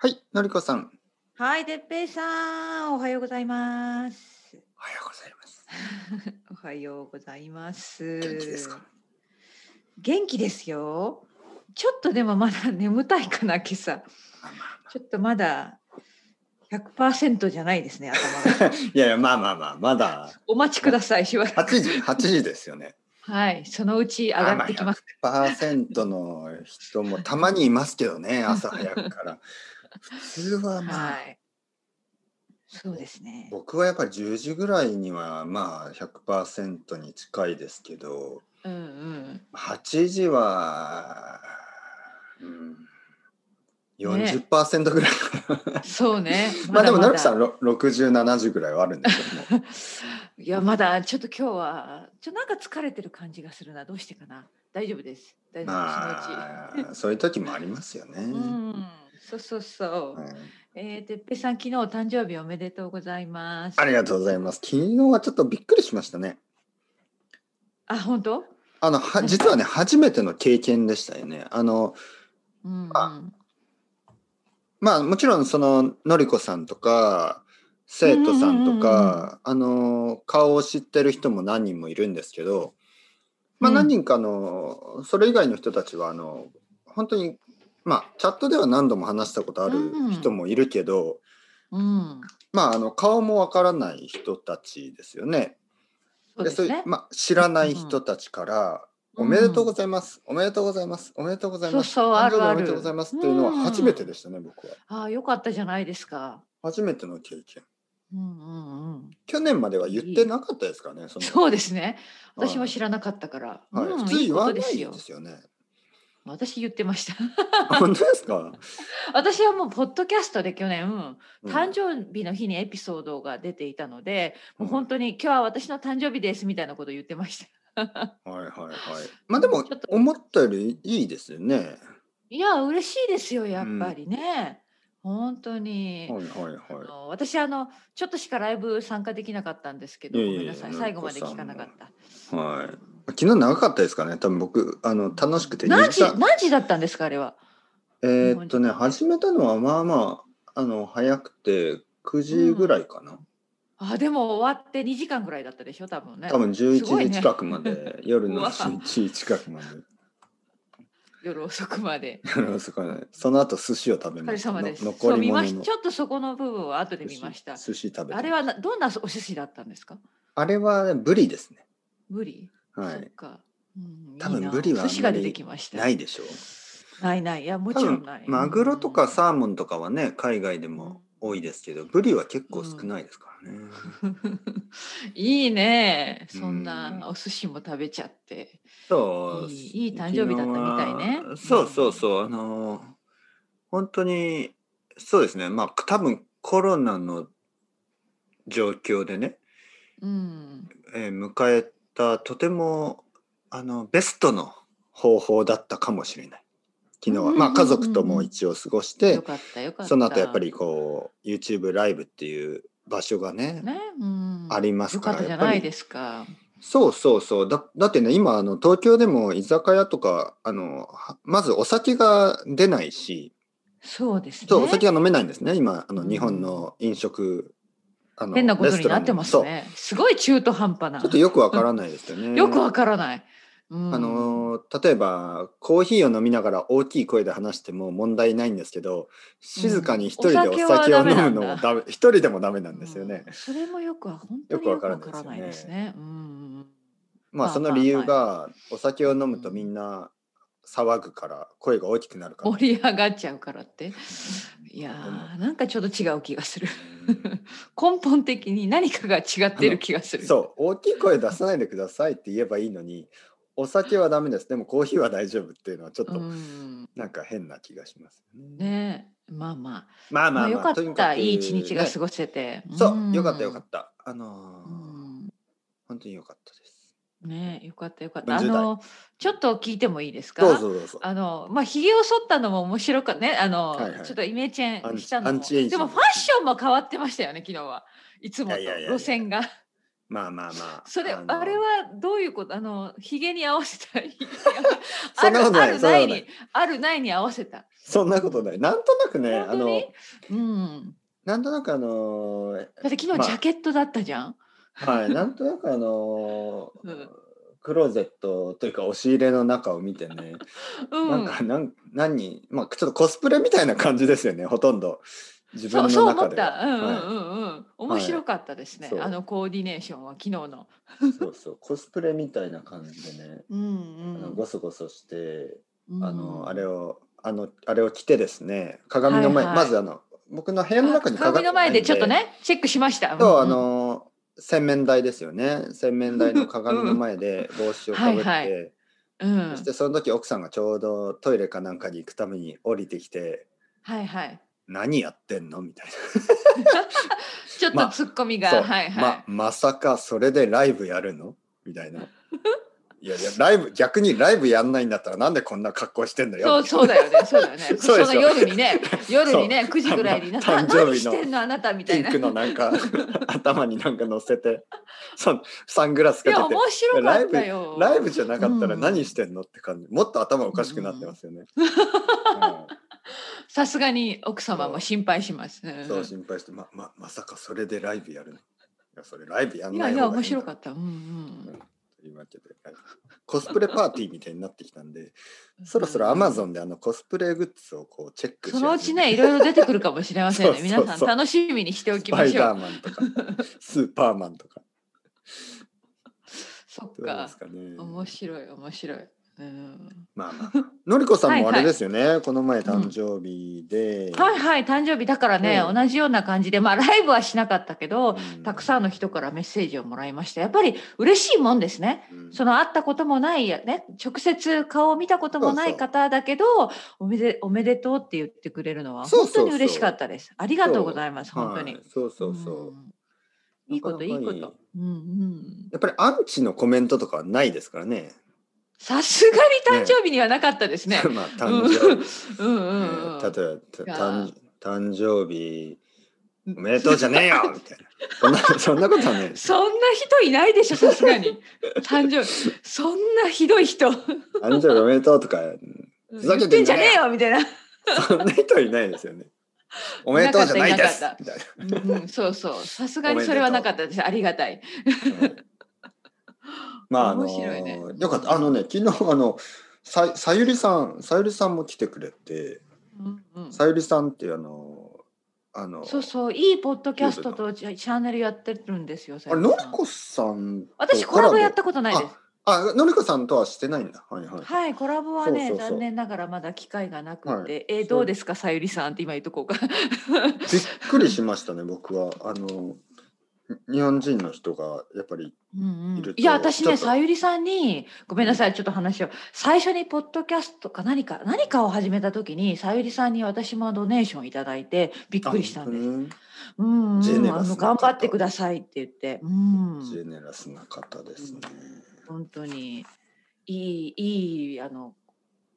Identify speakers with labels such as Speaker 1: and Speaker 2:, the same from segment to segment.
Speaker 1: はい、のりこさん。
Speaker 2: はい、てっぺいさん、おはようございます。
Speaker 1: おはようございます。
Speaker 2: おはようございます。
Speaker 1: 元気ですか。
Speaker 2: 元気ですよ。ちょっとでもまだ眠たいかな、今朝。ちょっとまだ。100%じゃないですね、頭
Speaker 1: が。いやいや、まあまあまあ、まだ。
Speaker 2: お待ちください、
Speaker 1: しばらく。8時、8時 ですよね。
Speaker 2: はい、そのうち上がってきます。
Speaker 1: パーセントの人もたまにいますけど ね、朝早くから。普通はまあ、はい、
Speaker 2: そうですね。
Speaker 1: 僕はやっぱり10時ぐらいにはまあ100%に近いですけど、
Speaker 2: うんうん、
Speaker 1: 8時は、うん、40%ぐらい、
Speaker 2: ね、そうね。
Speaker 1: まあでも、なるきさん、60、70ぐらいはあるんです けども。
Speaker 2: いや、まだちょっと今日は、ちょなんか疲れてる感じがするな。どうしてかな。大丈夫です。大丈。
Speaker 1: 夫です。そのうち。そういう時もありますよね。うん
Speaker 2: そうそうそう。はい、えー、てっぺさん、昨日誕生日おめでとうございます。
Speaker 1: ありがとうございます。昨日はちょっとびっくりしましたね。
Speaker 2: あ、本当
Speaker 1: あの、は実はね、初めての経験でしたよね。あの、うん、うんまあもちろんそののりこさんとか生徒さんとか、あの顔を知ってる人も何人もいるんですけど、まあ、何人かの、うん、それ以外の人たちはあの本当にまあチャットでは何度も話したことある人もいるけど、
Speaker 2: うん、
Speaker 1: まああの顔もわからない人たちですよね。でそう、ね、まあ、知らない人たちから、おめでとうございます。おめでとうございます。おめでとうございます。
Speaker 2: そうそうあるある
Speaker 1: おめでとうございますっていうのは初めてでしたね、僕は。
Speaker 2: ああ、よかったじゃないですか。
Speaker 1: 初めての経験。
Speaker 2: うんうんうん。
Speaker 1: 去年までは言ってなかったですかね。
Speaker 2: そそうですね。私も知らなかったから。
Speaker 1: はい。普通言わないですよね。
Speaker 2: 私言ってました。
Speaker 1: 本当です か。
Speaker 2: 私はもうポッドキャストで去年、誕生日の日にエピソードが出ていたので、もう本当に今日は私の誕生日ですみたいなことを言ってました。
Speaker 1: はいはいはい。まあでも思ったよりいいですよね。
Speaker 2: いや嬉しいですよやっぱりね。うん、本当に。
Speaker 1: はいはいはい。あ。
Speaker 2: 私あのちょっとしかライブ参加できなかったんですけど、ごめんなさい最後まで聞かなかった
Speaker 1: はい。昨日長かったですかね。多分僕あの楽しくて
Speaker 2: 何時何時だったんですかあれは。
Speaker 1: えっとね始めたのはまあまああの早くて9時ぐらいかな。うん
Speaker 2: あでも終わって2時間ぐらいだったでしょ多分ね
Speaker 1: 多分11時近くまで、ね、 夜の11時近くまで
Speaker 2: 夜遅くまで
Speaker 1: 夜遅くまでその後寿司を食べました
Speaker 2: の残り物のちょっとそこの部分は後で見ました
Speaker 1: 寿司食べ
Speaker 2: あれはどんなお寿司だったんですか
Speaker 1: あれは、ね、ブリですね
Speaker 2: ブリ
Speaker 1: はい
Speaker 2: か、
Speaker 1: うん、多分ブリは
Speaker 2: 寿司が出てきました
Speaker 1: ないでしょ
Speaker 2: うないないいやもちろんない
Speaker 1: マグロとかサーモンとかはね海外でも、うん多いですけど、ブリは結構少ないですからね。
Speaker 2: うん、 いいね、そんなお寿司も食べちゃって。、
Speaker 1: そう
Speaker 2: いい誕生日だったみたいね。
Speaker 1: そうそうそう、あのー、本当にそうですね。まあ多分コロナの状況でね、
Speaker 2: うん、
Speaker 1: えー、迎えたとてもあのベストの方法だったかもしれない。昨日は、まあ、家族とも一応過ごして、その後やっぱりこう YouTube ライブっていう場所がね、
Speaker 2: ねうん、
Speaker 1: ありますから
Speaker 2: やっぱりそう
Speaker 1: そうそうだだってね今あの東京でも居酒屋とかあのまずお酒が出ないし
Speaker 2: そうです、ね、
Speaker 1: そうお酒が飲めないんですね今あの日本の飲食、
Speaker 2: うん、あの変なことになってますねすごい中途半端な
Speaker 1: ちょっとよくわからないですよね
Speaker 2: よくわからない
Speaker 1: あの例えばコーヒーを飲みながら大きい声で話しても問題ないんですけど静かに一人でお酒を飲むのもダメ一、人でもダメなんですよね、
Speaker 2: それもよくは本当によくわからないですね
Speaker 1: まあその理由がお酒を飲むとみんな騒ぐから声が大きくなるから
Speaker 2: 盛り上がっちゃうからっていやーなんかちょっと違う気がする根本的に何かが違ってる気がする
Speaker 1: そう大きい声出さないでくださいって言えばいいのにお酒はダメです。でもコーヒーは大丈夫っていうのはちょっとなんか変な気がします
Speaker 2: ね。ねまあまあ。
Speaker 1: まあまあ
Speaker 2: よかったいい一日が過ごせて。
Speaker 1: そうよかったよかった。あの本当によかったです。
Speaker 2: ねよかったよかった。あのちょっと聞いてもいいですか。あのまあひげを剃ったのも面白かねあの、ちょっとイメチェンしたのも。でもファッションも変わってましたよね昨日はいつもと路線が。
Speaker 1: まあまあまあ。
Speaker 2: それ、あ,あれはどういうこと、あ の、ひげに合わせた。
Speaker 1: そんなことない。
Speaker 2: あるないに、あるないに合わせた。
Speaker 1: そんなことない。なんとなくね、あ
Speaker 2: 本当
Speaker 1: の
Speaker 2: に、うん。
Speaker 1: なんとなくあのー
Speaker 2: だって昨日
Speaker 1: まあ
Speaker 2: ジャケットだったじゃん。
Speaker 1: はい、なんとなくあのー
Speaker 2: うん
Speaker 1: クローゼットというか押し入れの中を見てね、
Speaker 2: う
Speaker 1: なん
Speaker 2: ん。
Speaker 1: かなん何人まあちょっとコスプレみたいな感じですよねほとんど自
Speaker 2: そ
Speaker 1: 分
Speaker 2: うそ
Speaker 1: の
Speaker 2: う思
Speaker 1: 中
Speaker 2: っ
Speaker 1: で
Speaker 2: た。うんうん
Speaker 1: は
Speaker 2: うんうん。面白かったですね
Speaker 1: そ。う
Speaker 2: あのコーディネーションは昨日の。
Speaker 1: いそうそうコスプレみたいな感じでね、
Speaker 2: うん
Speaker 1: あの
Speaker 2: う
Speaker 1: ゴソゴソして
Speaker 2: ん。
Speaker 1: あの、あれ
Speaker 2: を
Speaker 1: をあのあれを着てですね鏡の前、
Speaker 2: はいはい
Speaker 1: まずあの僕の部屋の中に
Speaker 2: 鏡の前でちょっと
Speaker 1: ないん
Speaker 2: ねチェックしました。
Speaker 1: でそうあ
Speaker 2: んん
Speaker 1: の洗面台ですよね洗面台の鏡の前で帽子をかぶって、
Speaker 2: はいうん
Speaker 1: そしてその時奥さんがちょうどトイレかなんかに行くために降りてきて
Speaker 2: はいはい。
Speaker 1: 何やってんのみたいな
Speaker 2: ちょっと
Speaker 1: まあ
Speaker 2: 突っ込みが、
Speaker 1: そう
Speaker 2: はいはい。
Speaker 1: ままさかそれでライブやるのみたいな。いやいやライブ逆にライブやんないんだったらなんでこんな格好してんだ
Speaker 2: そ
Speaker 1: よ
Speaker 2: うそうだよね、そうだよね。
Speaker 1: そうでし
Speaker 2: そ
Speaker 1: ょ
Speaker 2: の夜に ね、夜にね、9時ぐらいにな、な
Speaker 1: 誕生日の
Speaker 2: 何してんのあなたみた
Speaker 1: ピ
Speaker 2: い
Speaker 1: ン
Speaker 2: な。
Speaker 1: クのなん か頭になんか乗せてそうサングラス
Speaker 2: い
Speaker 1: か
Speaker 2: や、
Speaker 1: けて
Speaker 2: 面白かったよ。
Speaker 1: ライブじゃなかったら
Speaker 2: うん
Speaker 1: 何してんのって感じもっと頭おかしくなってますよね。
Speaker 2: さすがに奥様も心配します。
Speaker 1: う
Speaker 2: うんん
Speaker 1: そう心配してまままさかそれでライブやるのいやそれライブやん
Speaker 2: い
Speaker 1: な
Speaker 2: や
Speaker 1: い
Speaker 2: い
Speaker 1: 方が
Speaker 2: や、
Speaker 1: いい
Speaker 2: 面白か
Speaker 1: っ
Speaker 2: った。うんうん。
Speaker 1: た。というわけではいコスプレパーティーみたいになってきたんでそろそろ
Speaker 2: う
Speaker 1: ア
Speaker 2: ん
Speaker 1: マゾンであのコスプレグッズをこうチェックし
Speaker 2: そのうち
Speaker 1: 始め
Speaker 2: ね、いろいろ出てくるかもしれませんね。
Speaker 1: そうそうそう
Speaker 2: 皆さん楽しみにしてお
Speaker 1: ス
Speaker 2: き
Speaker 1: パ
Speaker 2: ま
Speaker 1: イ
Speaker 2: しょ
Speaker 1: ダ
Speaker 2: う。
Speaker 1: ーマンとか スーパーマンとか
Speaker 2: そっ
Speaker 1: どうで
Speaker 2: か
Speaker 1: す。かね。
Speaker 2: 面白い、面白い。うん、
Speaker 1: まあまあ。のりこさんもあ
Speaker 2: はいは
Speaker 1: れ
Speaker 2: い
Speaker 1: ですよね。この前誕生日で、
Speaker 2: はいはい、誕生日だからね、
Speaker 1: うん
Speaker 2: 同じような感じで、まあライブはしなかったけど、
Speaker 1: うん
Speaker 2: たくさんの人からメッセージをもらいました。やっぱり嬉しいもんですね。
Speaker 1: うん
Speaker 2: その会ったこともないやね、直接顔を見たこともな
Speaker 1: そうそ
Speaker 2: いう方だけど、おめでおめでとうって言ってくれるのは
Speaker 1: そう
Speaker 2: 本
Speaker 1: そうそう
Speaker 2: 当に嬉しかったです。ありがとうございます、本当に。
Speaker 1: はいそうそうそう。
Speaker 2: うんいいこ
Speaker 1: な
Speaker 2: と
Speaker 1: か
Speaker 2: い
Speaker 1: ないか
Speaker 2: こ
Speaker 1: に
Speaker 2: と。うんうん。
Speaker 1: やっぱりアンチのコメントとかはないですからね。
Speaker 2: さすがに誕生日にはなかったですね。
Speaker 1: まあ
Speaker 2: うん
Speaker 1: 誕生日、ね
Speaker 2: うんうんうん。
Speaker 1: 例えばた
Speaker 2: いや
Speaker 1: 誕誕生日おめでとうじゃねえよみたいな。そんなそんなことはね。
Speaker 2: そんな人いないでしょ、さすがに。誕生日、そんなひどい人。
Speaker 1: 誕生日おめでとうとかふざ
Speaker 2: 言
Speaker 1: け
Speaker 2: ってて
Speaker 1: んじ
Speaker 2: んじ
Speaker 1: ゃ
Speaker 2: ゃ
Speaker 1: ね
Speaker 2: ね
Speaker 1: え
Speaker 2: えよみたいな。
Speaker 1: そんな人いないです よね。おめでとうじゃないです
Speaker 2: なかっ
Speaker 1: みたいな。
Speaker 2: うん、そうそう、さすがにそれはなかったです。ありがたい。
Speaker 1: まあ、あの
Speaker 2: 面白いね
Speaker 1: よかった。あのね、昨日、あの、さ、さゆりさん、さゆりさんも来てくれて。
Speaker 2: うんうん
Speaker 1: さゆりさんっていう、あの、あの。
Speaker 2: そうそう、いいポッドキャストとチャチャンネルやってるんですよ。さ
Speaker 1: あ
Speaker 2: や
Speaker 1: れ、
Speaker 2: さん
Speaker 1: のりこさんと
Speaker 2: 私コラボやっ
Speaker 1: コ
Speaker 2: たことないです。
Speaker 1: ラボ。あ、のりこさんとはしてないんだ。はいはい。
Speaker 2: はい、コラボはね
Speaker 1: そうそうそう
Speaker 2: 残念ながらまだ機会がなくて、
Speaker 1: は
Speaker 2: えーどうですか、さゆりさんって今言っとこうか。
Speaker 1: びっくりしましたね、僕は。あの。日本人の人が、やっぱり。
Speaker 2: うんう
Speaker 1: いる
Speaker 2: ん、
Speaker 1: と
Speaker 2: いや私
Speaker 1: ちょ
Speaker 2: ね
Speaker 1: っと
Speaker 2: さゆりさんにごめんなさいちょっと話を最初にポッドキャストか何か何かを始めた時にさゆりさんに私もドネーションいただいてびっくりしたんです。
Speaker 1: あ本
Speaker 2: うんうん
Speaker 1: ジェネ
Speaker 2: あ
Speaker 1: ラスな
Speaker 2: の
Speaker 1: 方
Speaker 2: 頑張ってくださいって言って、うん
Speaker 1: 当、にジェネラスな方ですね。
Speaker 2: 本当にいいいいあの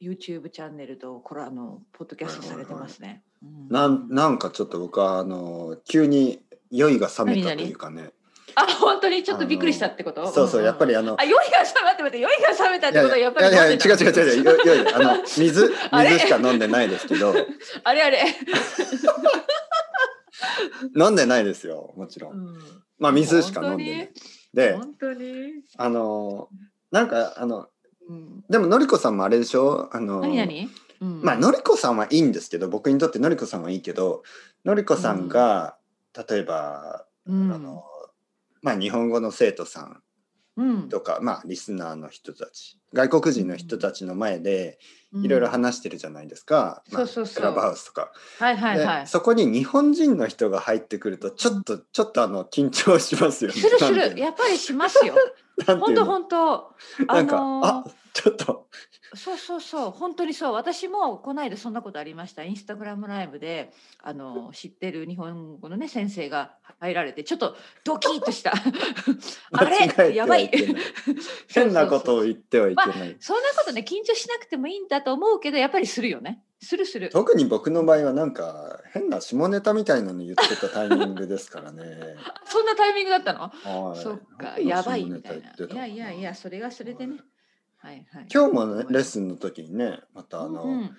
Speaker 2: YouTube チャンネルとこれあのポッドキャストされてますね。う
Speaker 1: なん、なんかちょっと僕は、あの、急に酔いが冷めたというかね。
Speaker 2: あ本当にちょっとびっくりしたってこと？
Speaker 1: そうそう、やっぱ
Speaker 2: り。
Speaker 1: り、あの
Speaker 2: あ。酔いが冷めって待って酔いが冷めたってことはやっぱり
Speaker 1: いやいや違
Speaker 2: 飲
Speaker 1: うん
Speaker 2: でた
Speaker 1: 違う違う違うよよあの水
Speaker 2: あれ
Speaker 1: 水しか飲んでないですけ ど
Speaker 2: あれあれ。
Speaker 1: 飲んでないですよもちろんまあ水しか飲んでないで
Speaker 2: 本当に。
Speaker 1: あのなんかあの
Speaker 2: うん。
Speaker 1: でものりこさんもあれでしょあの
Speaker 2: 何何？うん
Speaker 1: まあのりこさんはいいんですけど僕にとってのりこさんはいいけどのりこさんが、例えば、
Speaker 2: うん
Speaker 1: あのまあ日本語の生徒さん
Speaker 2: うん
Speaker 1: とかまあリスナーの人たち外国人の人たちの前でいろいろ話してるじゃないですか、
Speaker 2: うん
Speaker 1: まあ
Speaker 2: そうそうそう
Speaker 1: クラブハウスとか。
Speaker 2: はいはい
Speaker 1: で
Speaker 2: はい。
Speaker 1: そこに日本人の人が入ってくるとちょっとちょっとあの緊張しますよね。
Speaker 2: するす
Speaker 1: なん
Speaker 2: る
Speaker 1: ていう
Speaker 2: やっぱりしますよ。
Speaker 1: のなんて
Speaker 2: 本
Speaker 1: いう
Speaker 2: 当
Speaker 1: の
Speaker 2: 本当。
Speaker 1: な
Speaker 2: あ
Speaker 1: んか、
Speaker 2: のー
Speaker 1: あちょっと
Speaker 2: そうそうそう本当にそう私もこの間そんなことありましたインスタグラムライブであの知ってる日本語のね先生が入られてちょっとドキッとしたあ
Speaker 1: 間違えてはいけな
Speaker 2: れ
Speaker 1: い
Speaker 2: やばい
Speaker 1: 変なこと
Speaker 2: そうそうそう
Speaker 1: を言ってはいけない。
Speaker 2: そんなことね緊張しなくてもいいんだと思うけどやっぱりするよねするする
Speaker 1: 特に僕の場合はなんか変な下ネタみたいなの言ってたタイミングです からね。
Speaker 2: あそんなタイミングだったの
Speaker 1: はい
Speaker 2: そっ
Speaker 1: なん
Speaker 2: か
Speaker 1: か
Speaker 2: やばい
Speaker 1: 下
Speaker 2: み
Speaker 1: ネタ
Speaker 2: た
Speaker 1: 言
Speaker 2: い
Speaker 1: っ
Speaker 2: な
Speaker 1: てた
Speaker 2: いやいやいやそれがそれでねはいはい
Speaker 1: 今日もねレッスンの時にねまたあの、
Speaker 2: うんうん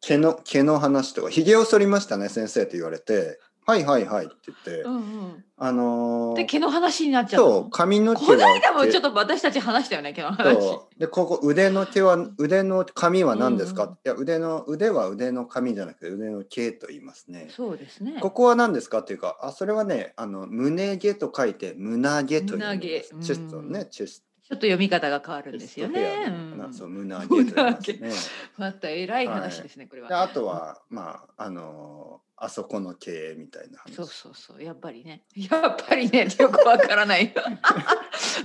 Speaker 1: 毛の毛の話とか「ひげを剃りましたね先生」って言われて「はいはいはい」って言って、
Speaker 2: うんうん、
Speaker 1: あのー
Speaker 2: で毛の話になっちゃうの
Speaker 1: そう髪の毛
Speaker 2: この間もちょっと私たち話したよね毛の話
Speaker 1: そうでここ腕の毛は腕の髪は何ですか、いや腕の腕は腕の髪じゃなくて腕の毛と言いますね
Speaker 2: そうですね
Speaker 1: ここは何ですかっていうかあそれはねあの胸毛と書いて胸毛と言います
Speaker 2: 胸毛
Speaker 1: チェストねチェスト
Speaker 2: ちょっと読み方が変わるんですよね。
Speaker 1: うん、そう胸毛と言います ね。
Speaker 2: また偉い話ですね、これは。
Speaker 1: であとはまああのーあそこの経営みたいな話。
Speaker 2: そうそうそうやっぱりねやっぱ りねよくわからない。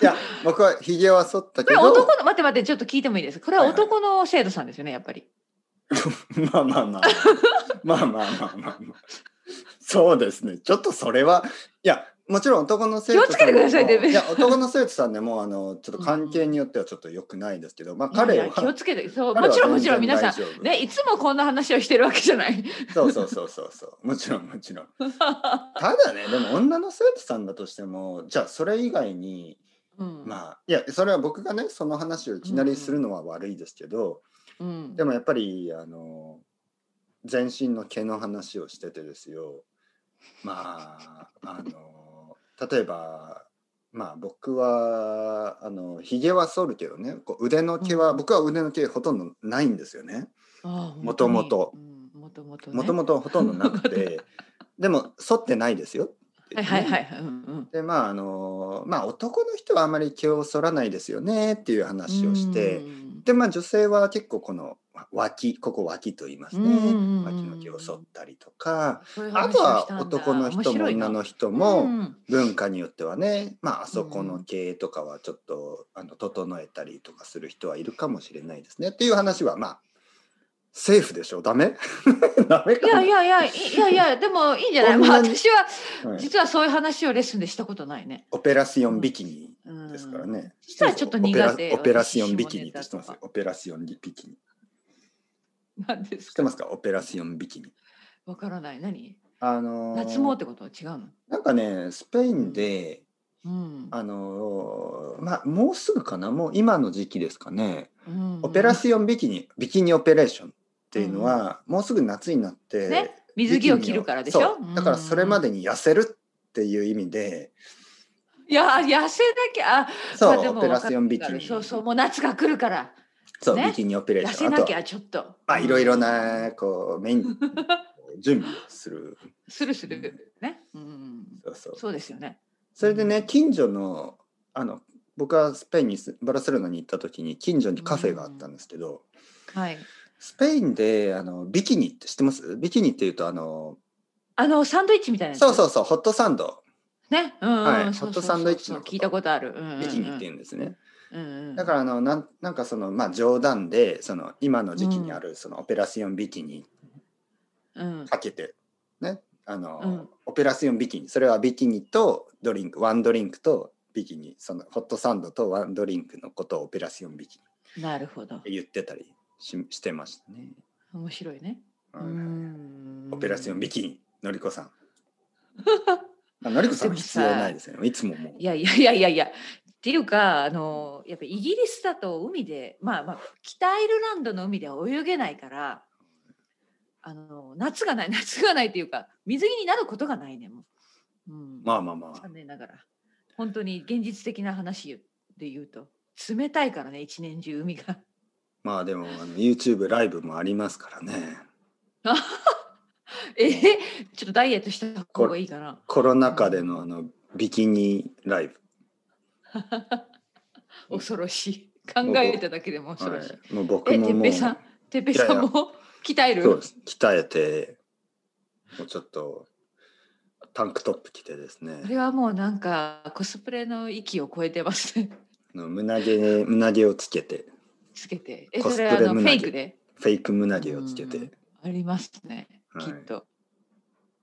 Speaker 1: いや僕はひげは剃ったけど。
Speaker 2: これ男の待って待ってちょっと聞いてもいいですこれは男の生徒さんですよねやっぱり。
Speaker 1: まあまあまあまあまあまあまあ、まあ、そうですねちょっとそれはいやもちろん男の生徒さんいや男の生徒さんでもあのちょっと関係によってはちょっとよくないですけど、まあ彼は
Speaker 2: 気をつけてそうもちろんもちろん皆さんねいつもこんな話をしてるわけじゃない。
Speaker 1: そうそうそうそうそうもちろんもちろん。ただねでも女の生徒さんだとしてもじゃあそれ以外に、
Speaker 2: うん、
Speaker 1: まあいやそれは僕がねその話をいきなりするのは悪いですけど、
Speaker 2: うん、
Speaker 1: でもやっぱりあの全身の毛の話をしててですよまああの。例えばまあ僕はあのひげは剃るけどねこう腕の毛は、うん、僕は腕の毛ほとんどないんですよねもともと
Speaker 2: もとも
Speaker 1: とほとんどなく てでも剃ってないですよ。
Speaker 2: はいはいはい。うんうん、
Speaker 1: でまああのまあ男の人はあまり毛を剃らないですよねっていう話をして、でまあ女性は結構この脇ここ脇と言いますね、脇の毛を剃ったりとかあとは男の人も女の人も文化によってはね、まああそこの毛とかはちょっとあの整えたりとかする人はいるかもしれないですねっていう話はまあセーフでしょダメ ダメ
Speaker 2: いやいやいやいやい やでもいいんじゃない、まあ、私は、実はそういう話をレッスンでしたことないね
Speaker 1: オペラシオンビキニですからね、
Speaker 2: 実はちょっと苦手
Speaker 1: オペラシオンビキニって知ってますオペラシオンビキニ
Speaker 2: 何で
Speaker 1: 知
Speaker 2: す
Speaker 1: ってますかオペラシオンビキニ
Speaker 2: わからない何
Speaker 1: あのー、
Speaker 2: 脱毛ってことは違うの
Speaker 1: なんかねスペインで、
Speaker 2: うん、
Speaker 1: あのー、まあもうすぐかなもう今の時期ですかね、
Speaker 2: うん、うん、
Speaker 1: オペラシオンビキニビキニオペレーションっていうのは、うん、もうすぐ夏になって、
Speaker 2: ね、水着を着るからでしょ
Speaker 1: だからそれまでに痩せるっていう意味で、
Speaker 2: いや痩せなきゃあ
Speaker 1: そう、まあ、オペラシオンビキニ
Speaker 2: そうそうもう夏が来るから
Speaker 1: そう、ね、ビキニオペレーション。
Speaker 2: 痩せなきゃちょっと。
Speaker 1: まあいろいろなこうメイ ン準備する。
Speaker 2: するするね。うん。
Speaker 1: そうそう。
Speaker 2: そうですよね。
Speaker 1: それでね近所のあの僕はスペインにバルセロナに行った時に近所にカフェがあったんですけど、
Speaker 2: はい。
Speaker 1: スペインであのビキニって知ってます？ビキニっていうとあの
Speaker 2: あのサンドイッチみたいな
Speaker 1: そうそうそうホットサンド。
Speaker 2: ね、うん
Speaker 1: はい、ホットサンドイッチの
Speaker 2: 聞いたことある、
Speaker 1: ビキニっていうんですね。
Speaker 2: うん
Speaker 1: だからあのなんなんかそのまあ冗談でその今の時期にあるそのオペラシオンビキニかけて、ねあの、
Speaker 2: うん、
Speaker 1: オペラシオンビキニそれはビキニとドリンクワンドリンクとビキニそのホットサンドとワンドリンクのことをオペラシオンビキ
Speaker 2: ニなるほど
Speaker 1: 言ってたりししてましたね。
Speaker 2: 面白いね。
Speaker 1: うん、オペラシオンビキニのりこ さん。のりこさん必要ないですね。いつもも
Speaker 2: う。いやいやいやいやいや。っていうかあのやっぱイギリスだと海でまあまあ北アイルランドの海では泳げないからあの夏がない夏がないっていうか水着になることがないねもう、うん、
Speaker 1: まあまあまあ
Speaker 2: 残念ながら本当に現実的な話で言うと冷たいからね一年中海が
Speaker 1: まあでもあの YouTube ライブもありますからね
Speaker 2: えちょっとダイエットした方がいいかな
Speaker 1: コロナ禍でのあのビキニライブ、
Speaker 2: 恐ろしい。考えただけでも恐ろしい。はい
Speaker 1: もう僕も
Speaker 2: てっぺさん、てっぺさんも鍛える
Speaker 1: そうです。鍛えて、もうちょっと、タンクトップ着てですね。
Speaker 2: これはもうなんか、コスプレの域を超えてますね。
Speaker 1: 胸毛、胸毛をつけて。
Speaker 2: つけて。え、それあのフェイクで
Speaker 1: フェイク胸毛をつけて。
Speaker 2: ありますね、きっと。はい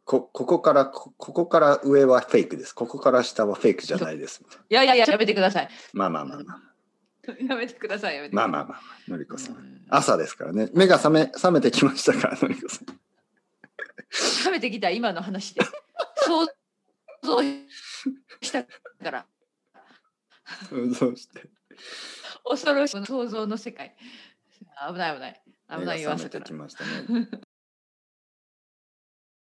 Speaker 1: こここからここから上はフェイクです。ここから下はフェイクじゃないです。
Speaker 2: いやいやいや、やめてください。
Speaker 1: まあまあまあまあ。
Speaker 2: やめてください。やめて
Speaker 1: まあまあまあ、のりこさん。朝ですからね。目が覚め覚めてきましたから、のりこさん。
Speaker 2: 覚めてきた、今の話で。想像したから。
Speaker 1: 想像して。
Speaker 2: 恐ろしい想像の世界。 危ない危ない。危ない
Speaker 1: 目が覚めてきましたね。